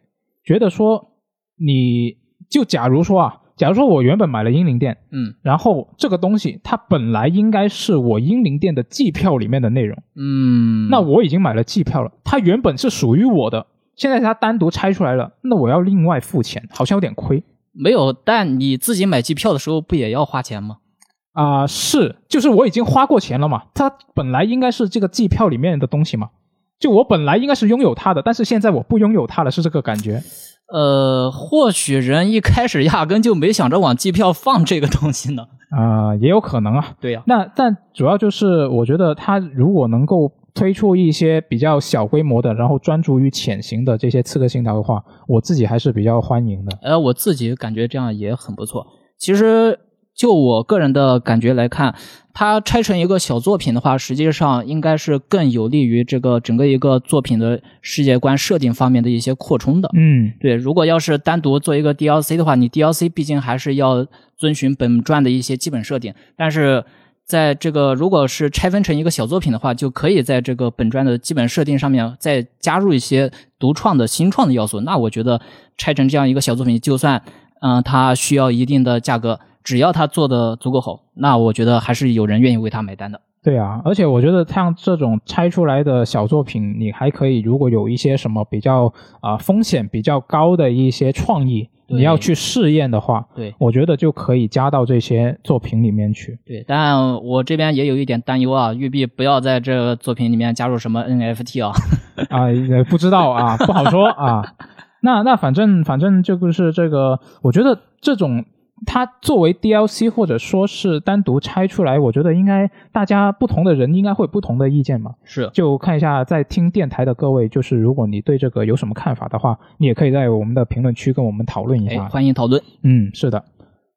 觉得说，你就假如说啊，假如说我原本买了英灵殿，嗯然后这个东西它本来应该是我英灵殿的季票里面的内容，嗯，那我已经买了季票了，它原本是属于我的，现在它单独拆出来了，那我要另外付钱，好像有点亏没有，但你自己买机票的时候不也要花钱吗？啊、是，就是我已经花过钱了嘛，它本来应该是这个季票里面的东西嘛，就我本来应该是拥有它的，但是现在我不拥有它了，是这个感觉。呃，或许人一开始压根就没想着往机票放这个东西呢。啊、也有可能啊，对呀、那但主要就是，我觉得它如果能够推出一些比较小规模的，然后专注于潜行的这些刺客信条的话，我自己还是比较欢迎的。呃，我自己感觉这样也很不错。其实就我个人的感觉来看，它拆成一个小作品的话，实际上应该是更有利于这个整个一个作品的世界观设定方面的一些扩充的。嗯，对，如果要是单独做一个 DLC 的话，你 DLC 毕竟还是要遵循本传的一些基本设定，但是在这个如果是拆分成一个小作品的话，就可以在这个本专的基本设定上面再加入一些独创的新创的要素。那我觉得拆成这样一个小作品，就算嗯、呃它需要一定的价格，只要它做的足够好，那我觉得还是有人愿意为它买单的。对啊，而且我觉得像这种拆出来的小作品，你还可以如果有一些什么比较啊、风险比较高的一些创意，对你要去试验的话，对我觉得就可以加到这些作品里面去。对，但我这边也有一点担忧啊，育碧不要在这个作品里面加入什么 NFT 啊。 [LAUGHS] 啊，也不知道啊，不好说啊。那那反正反正就是这个，我觉得这种它作为 DLC 或者说是单独拆出来，我觉得应该大家不同的人应该会有不同的意见嘛。是，就看一下在听电台的各位，就是如果你对这个有什么看法的话，你也可以在我们的评论区跟我们讨论一哎，下。欢迎讨论。嗯，是的。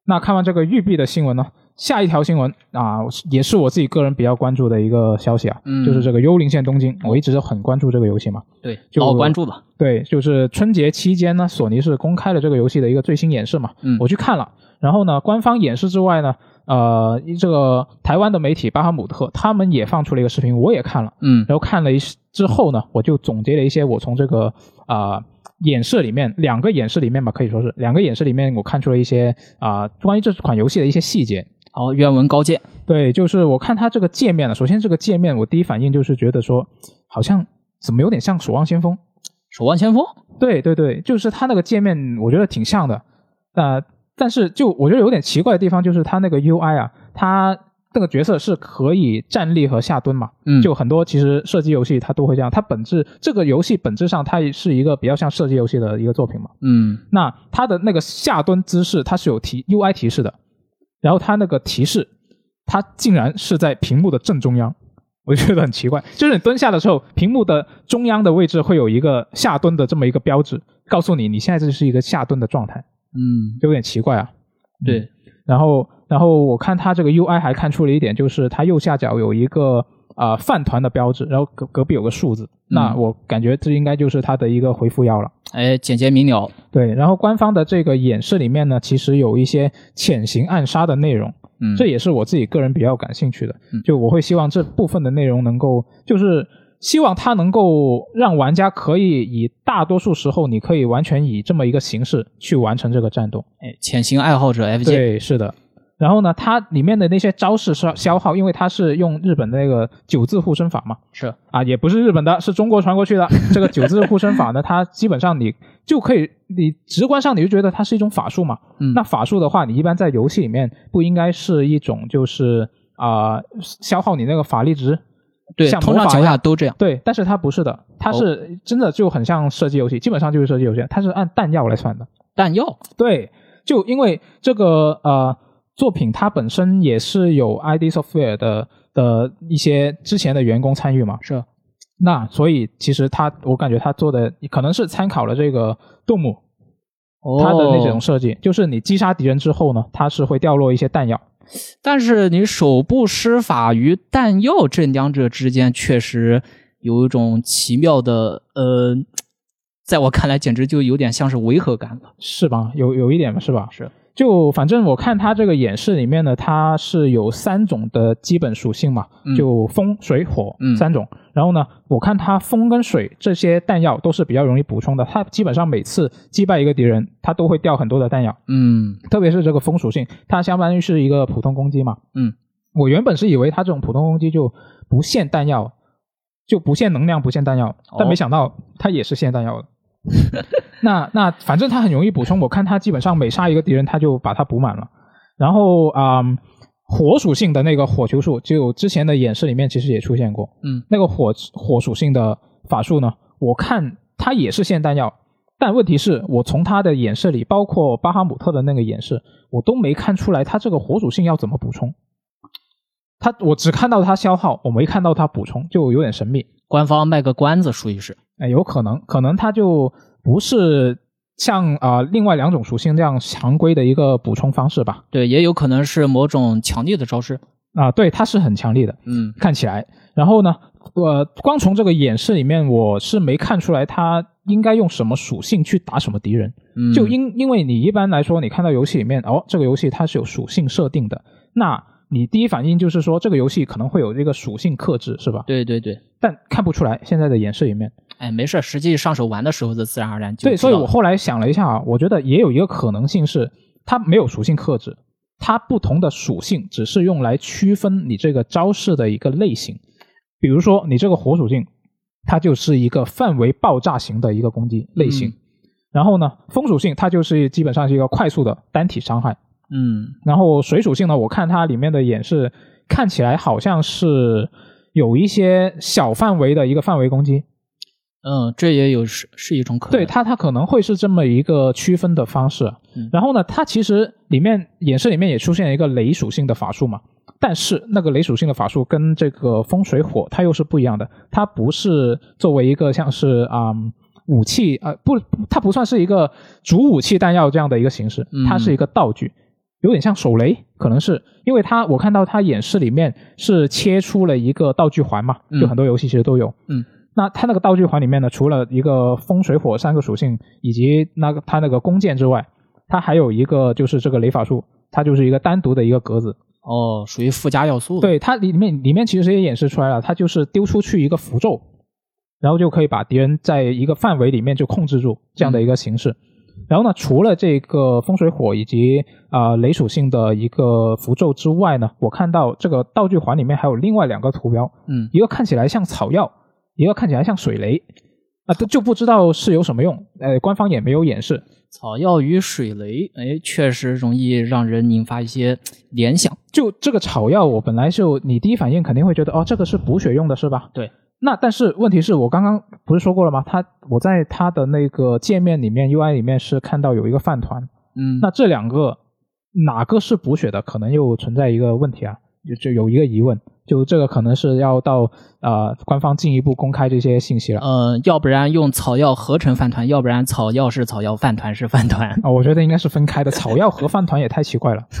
那看完这个育碧的新闻呢，下一条新闻啊，也是我自己个人比较关注的一个消息啊，嗯就是这个《幽灵线：东京》，我一直都很关注这个游戏嘛。对，就老关注了。对，就是春节期间呢，索尼是公开了这个游戏的一个最新演示嘛，嗯我去看了。然后呢，官方演示之外呢，呃，这个台湾的媒体巴哈姆特他们也放出了一个视频，我也看了。嗯然后看了一之后呢，我就总结了一些我从这个啊、呃演示里面两个演示里面吧，可以说是两个演示里面我看出了一些啊、关于这款游戏的一些细节。好，愿闻高见。对，就是我看它这个界面了，首先这个界面我第一反应就是觉得说，好像怎么有点像《守望先锋》。守望先锋，对对对，就是它那个界面，我觉得挺像的。呃，但是就我觉得有点奇怪的地方，就是它那个 UI 啊，它那个角色是可以站立和下蹲嘛。嗯就很多其实射击游戏它都会这样，它本质这个游戏本质上它也是一个比较像射击游戏的一个作品嘛。嗯那它的那个下蹲姿势它是有提 UI 提示的，然后它那个提示它竟然是在屏幕的正中央，我觉得很奇怪。就是你蹲下的时候，屏幕的中央的位置会有一个下蹲的这么一个标志，告诉你你现在这是一个下蹲的状态，嗯，有点奇怪啊。对，然后，然后我看它这个 UI 还看出了一点，就是它右下角有一个啊、呃饭团的标志，然后隔隔壁有个数字，那我感觉这应该就是它的一个回复幺了。哎，简洁明了。对，然后官方的这个演示里面呢，其实有一些潜行暗杀的内容，嗯，这也是我自己个人比较感兴趣的嗯。就我会希望这部分的内容能够，就是希望它能够让玩家可以以大多数时候，你可以完全以这么一个形式去完成这个战斗。哎潜行爱好者 FJ，对，是的。然后呢，它里面的那些招式消消耗，因为它是用日本的那个九字护身法嘛，是啊，也不是日本的，是中国传过去的。这个九字护身法 [LAUGHS] 呢，它基本上你就可以，你直观上你就觉得它是一种法术嘛。嗯那法术的话，你一般在游戏里面不应该是一种就是啊、消耗你那个法力值。对，像通魔常法情一况哦样下都这样。对，但是它不是的，它是真的就很像射击游戏，基本上就是射击游戏，它是按弹药来算的。弹药，对，就因为这个呃作品它本身也是有 ID Software 的的一些之前的员工参与嘛，是那所以其实他，我感觉他做的可能是参考了这个杜牧哦他的那种设计，就是你击杀敌人之后呢，它是会掉落一些弹药。但是你手部施法与弹药这两者之间，确实有一种奇妙的呃，在我看来简直就有点像是违和感了。是吧？有有一点是吧？是，就反正我看它这个演示里面呢，它是有三种的基本属性嘛，嗯就风、水、火、嗯三种。然后呢，我看它风跟水这些弹药都是比较容易补充的，它基本上每次击败一个敌人，它都会掉很多的弹药，嗯特别是这个风属性，它相当于是一个普通攻击嘛。嗯，我原本是以为它这种普通攻击就不限弹药，就不限能量、不限弹药，但哦没想到它也是限弹药的。那那反正它很容易补充，我看它基本上每杀一个敌人，它就把它补满了。然后啊、嗯火属性的那个火球术，就之前的演示里面其实也出现过。嗯，那个火火属性的法术呢，我看它也是限弹药，但问题是我从它的演示里，包括巴哈姆特的那个演示，我都没看出来它这个火属性要怎么补充。它我只看到它消耗，我没看到它补充，就有点神秘。官方卖个关子，属于是。哎，有可能，可能它就不是像啊、呃另外两种属性这样常规的一个补充方式吧。对，也有可能是某种强力的招式。啊、对，它是很强力的。嗯看起来。然后呢，呃，光从这个演示里面，我是没看出来他应该用什么属性去打什么敌人。嗯，就因因为你一般来说，你看到游戏里面，哦，这个游戏它是有属性设定的，那你第一反应就是说这个游戏可能会有这个属性克制，是吧？对对对，但看不出来现在的演示里面。哎，没事儿，实际上手玩的时候就自然而然就对，知所道以我了后来想了一下啊，我觉得也有一个可能性是它没有属性克制，它不同的属性只是用来区分你这个招式的一个类型。比如说你这个火属性，它就是一个范围爆炸型的一个攻击类型。嗯然后呢，风属性它就是基本上是一个快速的单体伤害。嗯然后水属性呢，我看它里面的演示看起来好像是有一些小范围的一个范围攻击，嗯，这也有是是一种可能。对它，它可能会是这么一个区分的方式。嗯然后呢，它其实里面演示里面也出现一个雷属性的法术嘛，但是那个雷属性的法术跟这个风水火它又是不一样的，它不是作为一个像是啊、嗯武器啊、呃不，它不算是一个主武器弹药这样的一个形式嗯，它是一个道具。有点像手雷，可能是因为它，我看到它演示里面是切出了一个道具环嘛，嗯就很多游戏其实都有，那它那个道具环里面呢，除了一个风水火三个属性以及那个它那个弓箭之外，它还有一个就是这个雷法术，它就是一个单独的一个格子。哦，属于附加要素。，对，它里面里面其实也演示出来了，它就是丢出去一个符咒，然后就可以把敌人在一个范围里面就控制住这样的一个形式。然后呢，除了这个风水火以及啊、呃雷属性的一个符咒之外呢，我看到这个道具环里面还有另外两个图标，嗯，一个看起来像草药，一个看起来像水雷，啊，都就不知道是有什么用，呃，官方也没有演示。草药与水雷，哎，确实容易让人引发一些联想。就这个草药，我本来就你第一反应肯定会觉得，哦，这个是补血用的，是吧？对。那但是问题是我刚刚不是说过了吗？它我在它的那个界面里面 UI 里面是看到有一个饭团，嗯，那这两个哪个是补血的，可能又存在一个问题啊，就就有一个疑问，就这个可能是要到呃官方进一步公开这些信息了。呃，要不然用草药合成饭团，要不然草药是草药，饭团是饭团。啊、我觉得应该是分开的。草药和饭团也太奇怪了。 [LAUGHS]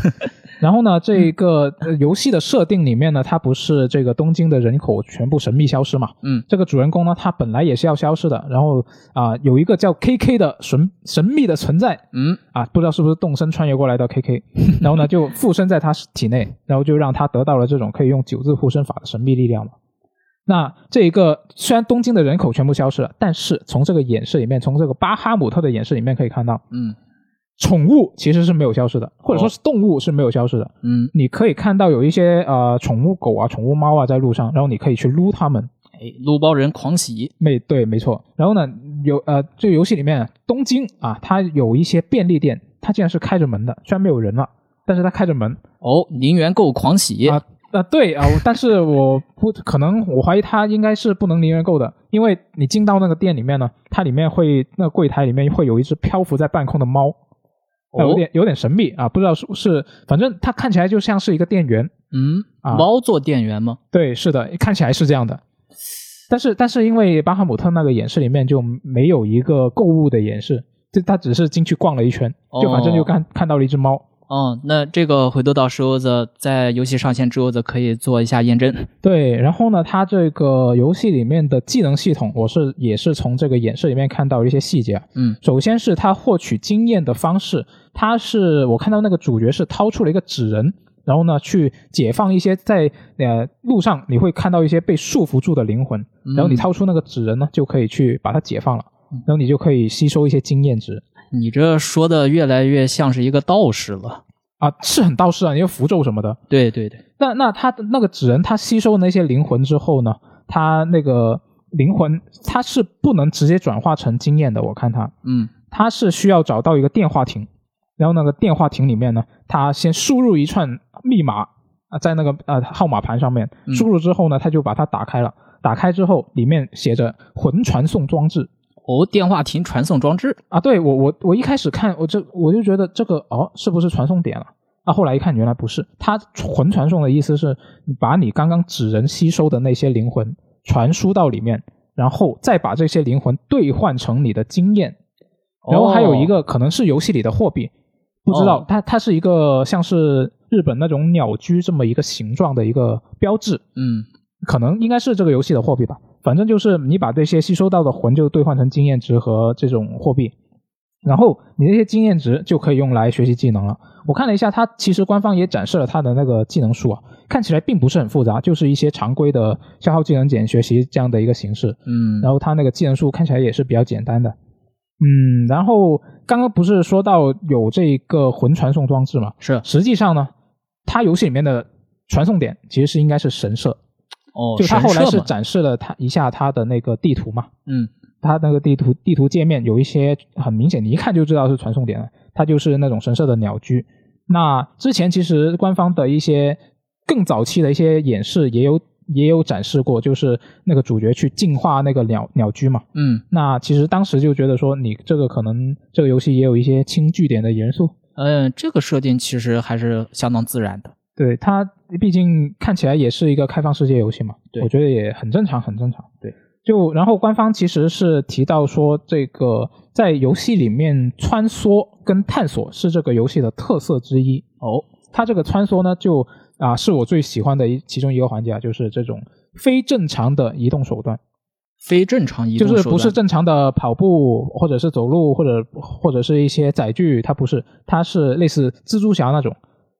然后呢，这个、呃游戏的设定里面呢，它不是这个东京的人口全部神秘消失嘛？嗯，这个主人公呢，他本来也是要消失的。然后啊、有一个叫 KK 的神神秘的存在嗯，啊，不知道是不是动身穿越过来的 KK，然 [LAUGHS] 后呢就附身在他体内，然后就让他得到了这种可以用九字护身法的神秘力量嘛。那这一个虽然东京的人口全部消失了，但是从这个演示里面，从这个巴哈姆特的演示里面可以看到，嗯宠物其实是没有消失的，或者说是动物是没有消失的。嗯，你可以看到有一些呃宠物狗啊、宠物猫啊在路上，然后你可以去撸它们。哎，撸包人狂喜。没对，没错。然后呢，有呃，这个游戏里面东京啊，它有一些便利店，它竟然是开着门的，虽然没有人了，但是它开着门哦，零元购狂喜。啊。啊，对啊，我但是我不可能，我怀疑它应该是不能零元购的，因为你进到那个店里面呢，它里面会那个柜台里面会有一只漂浮在半空的猫，呃哦有点有点神秘啊，不知道是不是，反正它看起来就像是一个店员，嗯，啊猫做店员吗？对，是的，看起来是这样的。但是但是因为巴哈姆特那个演示里面就没有一个购物的演示，就他只是进去逛了一圈，就反正就看、看到了一只猫。哦，那这个回头到时候子在游戏上线之后子可以做一下验证。对，然后呢，它这个游戏里面的技能系统，我是也是从这个演示里面看到一些细节啊。嗯首先是它获取经验的方式，它是我看到那个主角是掏出了一个纸人，然后呢去解放一些在呃路上你会看到一些被束缚住的灵魂，嗯然后你掏出那个纸人呢，就可以去把它解放了，然后你就可以吸收一些经验值你这说的越来越像是一个道士了。啊，是很道士啊，你有符咒什么的。对对对，那那他的那个纸人，他吸收那些灵魂之后呢，他那个灵魂他是不能直接转化成经验的，我看他嗯他是需要找到一个电话亭，然后那个电话亭里面呢，他先输入一串密码啊，在那个呃号码盘上面嗯输入之后呢，他就把它打开了。打开之后，里面写着“魂传送装置哦，电话亭传送装置。”啊。对我我我一开始看我这我就觉得这个哦是不是传送点了？啊，后来一看原来不是，它魂传送的意思是你把你刚刚纸人吸收的那些灵魂传输到里面，然后再把这些灵魂兑换成你的经验，然后还有一个可能是游戏里的货币，不知道、哦它它是一个像是日本那种鸟居这么一个形状的一个标志，嗯可能应该是这个游戏的货币吧。反正就是你把这些吸收到的魂就兑换成经验值和这种货币，然后你这些经验值就可以用来学习技能了。我看了一下，它其实官方也展示了它的那个技能树啊，看起来并不是很复杂，就是一些常规的消耗技能点学习这样的一个形式。嗯，然后它那个技能树看起来也是比较简单的。嗯，然后刚刚不是说到有这个魂传送装置嘛？是实际上呢，它游戏里面的传送点其实是应该是神社，哦，就它神后来社是嘛展示了它一下它的那个地图嘛，嗯它那个地图地图界面有一些很明显，你一看就知道是传送点了，它就是那种神社的鸟居。那之前其实官方的一些更早期的一些演示也有也有展示过，就是那个主角去净化那个鸟鸟居嘛。嗯那其实当时就觉得说，你这个可能这个游戏也有一些轻据点的元素。嗯、呃这个设定其实还是相当自然的。对它，毕竟看起来也是一个开放世界游戏嘛，对我觉得也很正常，很正常。对，就然后官方其实是提到说，这个在游戏里面穿梭跟探索是这个游戏的特色之一。哦，它这个穿梭呢，就啊、是我最喜欢的一其中一个环节啊，就是这种非正常的移动手段，非正常移动就是手不是段正常的跑步或者是走路或者或者是一些载具，它不是，它是类似蜘蛛侠那种，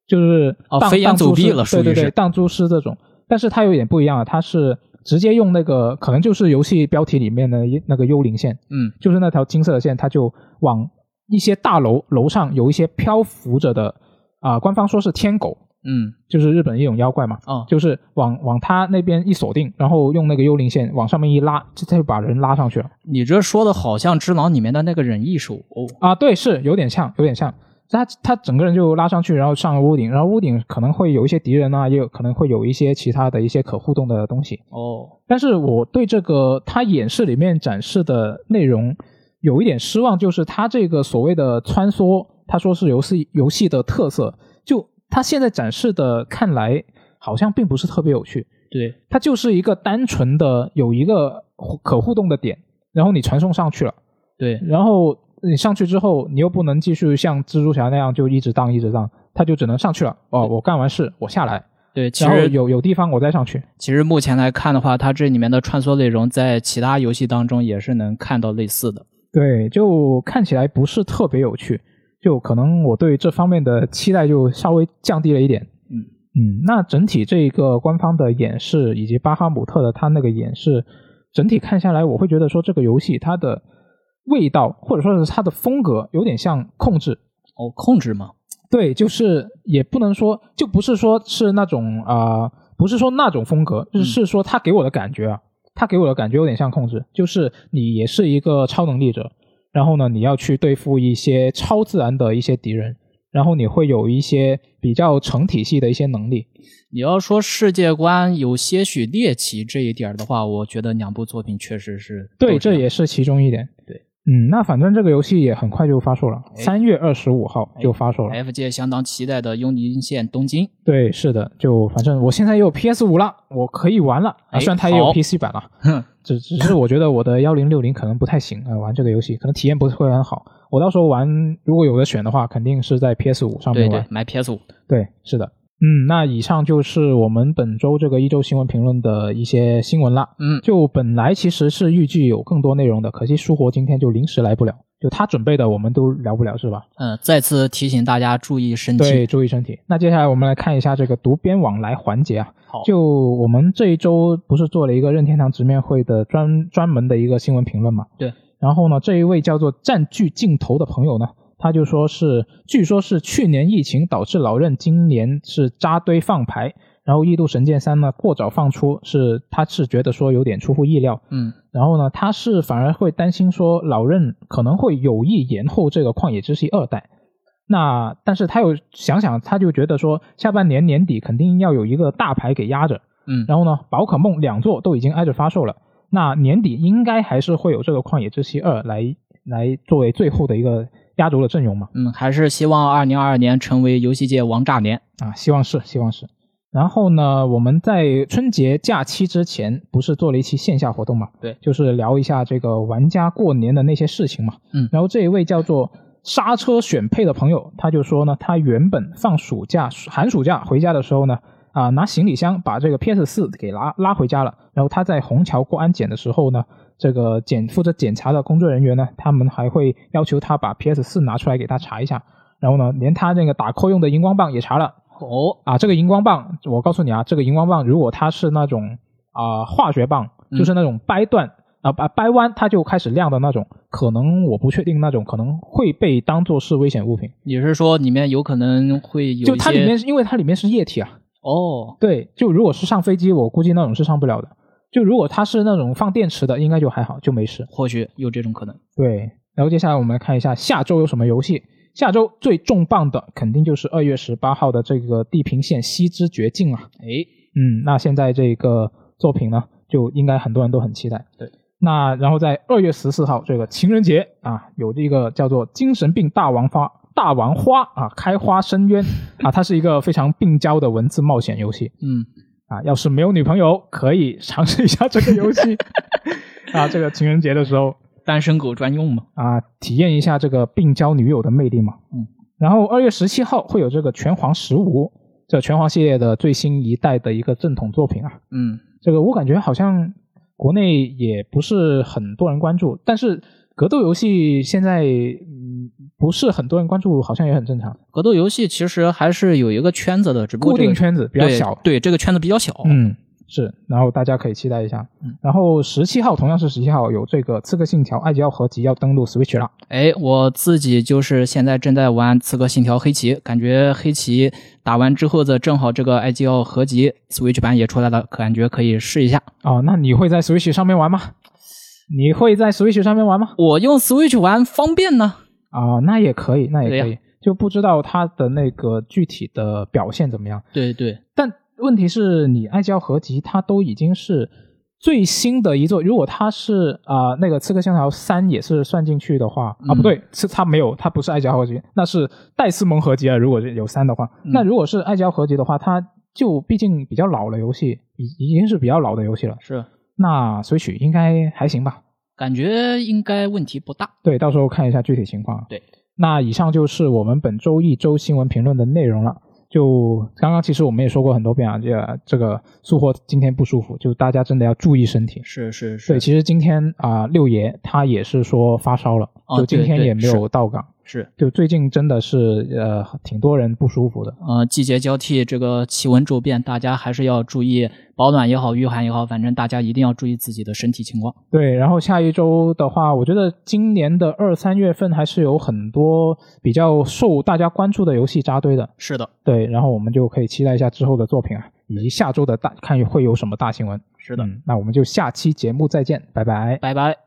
就是哦荡飞檐荡走蛛壁丝了属于对对是对，荡蛛丝这种。但是它有点不一样啊，它是直接用那个可能就是游戏标题里面的一那个幽灵线，嗯就是那条金色的线，它就往一些大楼楼上有一些漂浮着的啊、官方说是天狗，嗯就是日本一种妖怪嘛，哦就是往往它那边一锁定，然后用那个幽灵线往上面一拉，就它就把人拉上去了。你这说的好像《只狼》里面的那个忍艺术哦，啊，对，是有点像，有点像。他他整个人就拉上去，然后上了屋顶，然后屋顶可能会有一些敌人啊，也有可能会有一些其他的一些可互动的东西。哦，但是我对这个他演示里面展示的内容有一点失望，就是他这个所谓的穿梭，他说是游戏游戏的特色，就他现在展示的看来好像并不是特别有趣，对，它就是一个单纯的有一个可互动的点，然后你传送上去了。对，然后你上去之后，你又不能继续像蜘蛛侠那样就一直荡一直荡，他就只能上去了。哦，我干完事我下来，对，其然后实有有地方我再上去。其实目前来看的话，它这里面的穿梭内容在其他游戏当中也是能看到类似的。对，就看起来不是特别有趣，就可能我对这方面的期待就稍微降低了一点。嗯嗯，那整体这个官方的演示以及巴哈姆特的他那个演示，整体看下来，我会觉得说这个游戏它的味道或者说是它的风格有点像控制，哦，控制嘛，对，就是也不能说，就不是说是那种啊、呃不是说那种风格，嗯是说他给我的感觉啊，他给我的感觉有点像控制，就是你也是一个超能力者，然后呢，你要去对付一些超自然的一些敌人，然后你会有一些比较成体系的一些能力。你要说世界观有些许猎奇这一点儿的话，我觉得两部作品确实是对，都这样也是其中一点。对，嗯，那反正这个游戏也很快就发售了，哎三月二十五号就发售了。 F 界相当期待的《幽灵线：东京》。对，是的，就反正我现在也有 PS 五了，我可以玩了。哎啊，虽然它也有好 PC 版了。哼， [LAUGHS] 只只是我觉得我的幺零六零可能不太行啊、呃玩这个游戏可能体验不会很好。我到时候玩，如果有的选的话，肯定是在 PS 五上对面对玩。，买 PS 五。对是的。嗯，那以上就是我们本周这个一周新闻评论的一些新闻啦。嗯，就本来其实是预计有更多内容的，可惜舒活今天就临时来不了，就他准备的我们都聊不了，是吧？嗯，再次提醒大家注意身体。对，注意身体。那接下来我们来看一下这个读编往来环节啊。好就我们这一周不是做了一个任天堂直面会的专专门的一个新闻评论嘛？对。然后呢，这一位叫做占据镜头的朋友呢，他就说是，据说是去年疫情导致老任今年是扎堆放牌，然后《异度神剑三》呢过早放出，是他是觉得说有点出乎意料，嗯，然后呢，他是反而会担心说老任可能会有意延后这个《旷野之息》二代。那但是他又想想，他就觉得说下半年年底肯定要有一个大牌给压着。嗯然后呢，宝可梦两座都已经挨着发售了，那年底应该还是会有这个《旷野之息二》来来作为最后的一个压轴的阵容嘛。嗯，还是希望二零二二年成为游戏界王炸年。啊，希望是，希望是。然后呢，我们在春节假期之前不是做了一期线下活动嘛？对就是聊一下这个玩家过年的那些事情嘛。嗯然后这一位叫做刹车选配的朋友，他就说呢，他原本放暑假、寒暑假回家的时候呢，啊，拿行李箱把这个 PS 四给拉拉回家了。然后他在虹桥过安检的时候呢，这个检负责检查的工作人员呢，他们还会要求他把 PS 四拿出来给他查一下，然后呢，连他那个打 call 用的荧光棒也查了。哦，啊，这个荧光棒，我告诉你啊，这个荧光棒如果它是那种啊、化学棒，嗯就是那种掰断啊掰、掰弯它就开始亮的那种，可能我不确定那种可能会被当做是危险物品。你是说里面有可能会有就一它些里面是因为它里面是液体啊，哦，对，就如果是上飞机，我估计那种是上不了的。就如果它是那种放电池的，应该就还好，就没事。或许有这种可能。对，然后接下来我们来看一下下周有什么游戏。下周最重磅的肯定就是二月十八号的这个《地平线：西之绝境》啊。哎，嗯，那现在这个作品呢，就应该很多人都很期待。对，那然后在二月十四号这个情人节啊，有这个叫做《精神病大王花》。大王花啊，开花深渊啊，它是一个非常病娇的文字冒险游戏。嗯，啊，要是没有女朋友，可以尝试一下这个游戏啊，这个情人节的时候单身狗专用嘛。啊，体验一下这个病娇女友的魅力嘛。嗯，然后二月十七号会有这个《拳皇十五》，这拳皇系列的最新一代的一个正统作品啊。嗯，这个我感觉好像国内也不是很多人关注，但是格斗游戏现在嗯不是很多人关注，好像也很正常，格斗游戏其实还是有一个圈子的，只不过固这个定圈子比较小。对，对这个圈子比较小。嗯，是，然后大家可以期待一下。嗯然后十七号同样是十七号有这个《刺客信条：艾吉奥合集》要登陆 Switch 了。哎，我自己就是现在正在玩《刺客信条：黑旗》，感觉黑旗打完之后的，正好这个 IGL 合集 Switch 版也出来了，感觉可以试一下。哦，那你会在 Switch 上面玩吗？你会在 Switch 上面玩吗？我用 Switch 玩方便呢。啊、那也可以，那也对呀可以，就不知道它的那个具体的表现怎么样。对对，但问题是你爱交合集，它都已经是最新的一座。如果它是啊、那个《刺客信条三》也是算进去的话，啊嗯不对，是它没有，它不是爱交合集，那是戴斯蒙合集啊。如果是有三的话，嗯那如果是爱交合集的话，它就毕竟比较老了，游戏，已已经是比较老的游戏了。是那 Switch 应该还行吧？感觉应该问题不大。对，到时候看一下具体情况。啊对，那以上就是我们本周一周新闻评论的内容了。就刚刚其实我们也说过很多遍啊，这个这个苏货今天不舒服，就大家真的要注意身体。是是对，是其实今天啊、六爷他也是说发烧了，哦就今对天对也没有到岗。是，就最近真的是呃挺多人不舒服的。呃，季节交替，这个气温骤变，大家还是要注意保暖也好，御寒也好，反正大家一定要注意自己的身体情况。对，然后下一周的话，我觉得今年的二三月份还是有很多比较受大家关注的游戏扎堆的。是的，对，然后我们就可以期待一下之后的作品啊，以及下周的大看会有什么大新闻。是的，嗯，那我们就下期节目再见，拜拜。拜拜。